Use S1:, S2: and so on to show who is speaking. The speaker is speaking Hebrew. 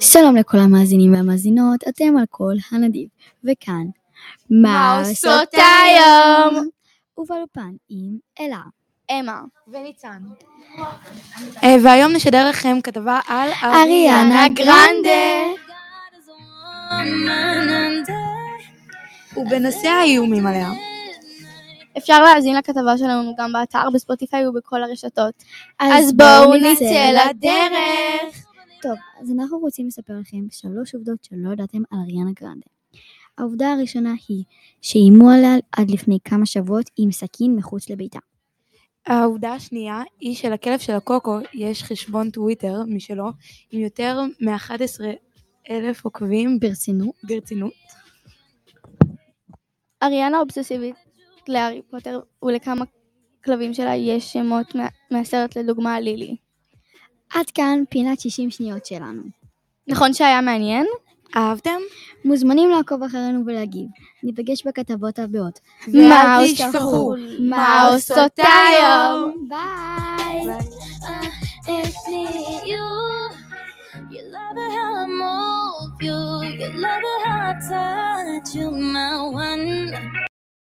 S1: שלום לכל המאזינים והמאזינות, אתם על כל הנדיב, וכאן,
S2: מה עושות היום?
S1: ובאולפן עם אלה.
S2: אמה.
S3: וניצן. והיום נשדר לכם כתבה על אריאנה גרנדה. ובנושא האיומים עליה.
S2: אפשר להאזין לכתבה שלנו גם באתר, בספוטיפיי ובכל הרשתות. אז בואו נצא לדרך.
S1: טוב, אז אנחנו רוצים לספר לכם שלוש עובדות שלא ידעתם על אריאנה גרנדה. העובדה הראשונה היא שאיימו עליה עד לפני כמה שבועות עם סכין מחוץ לביתה.
S3: העובדה השנייה היא שלכלב של הקוקו יש חשבון טוויטר משלו עם יותר מ-11 אלף עוקבים
S1: ברצינות.
S3: ברצינות.
S2: אריאנה אובססיבית להארי פוטר ולכמה כלבים שלה יש שמות מה- מהסרט לדוגמה לילי.
S1: עד כאן פינת 60 שניות שלנו.
S2: נכון שהיה מעניין?
S3: אהבתם?
S1: מוזמנים לעקוב אחרינו ולהגיב. ניפגש בכתבות הבאות.
S3: ואל
S2: עושות-
S3: תשכחו.
S2: מה עושות היום?
S1: ביי!
S4: It's me, you. You love it how I move you. You love it how I touch you, my one.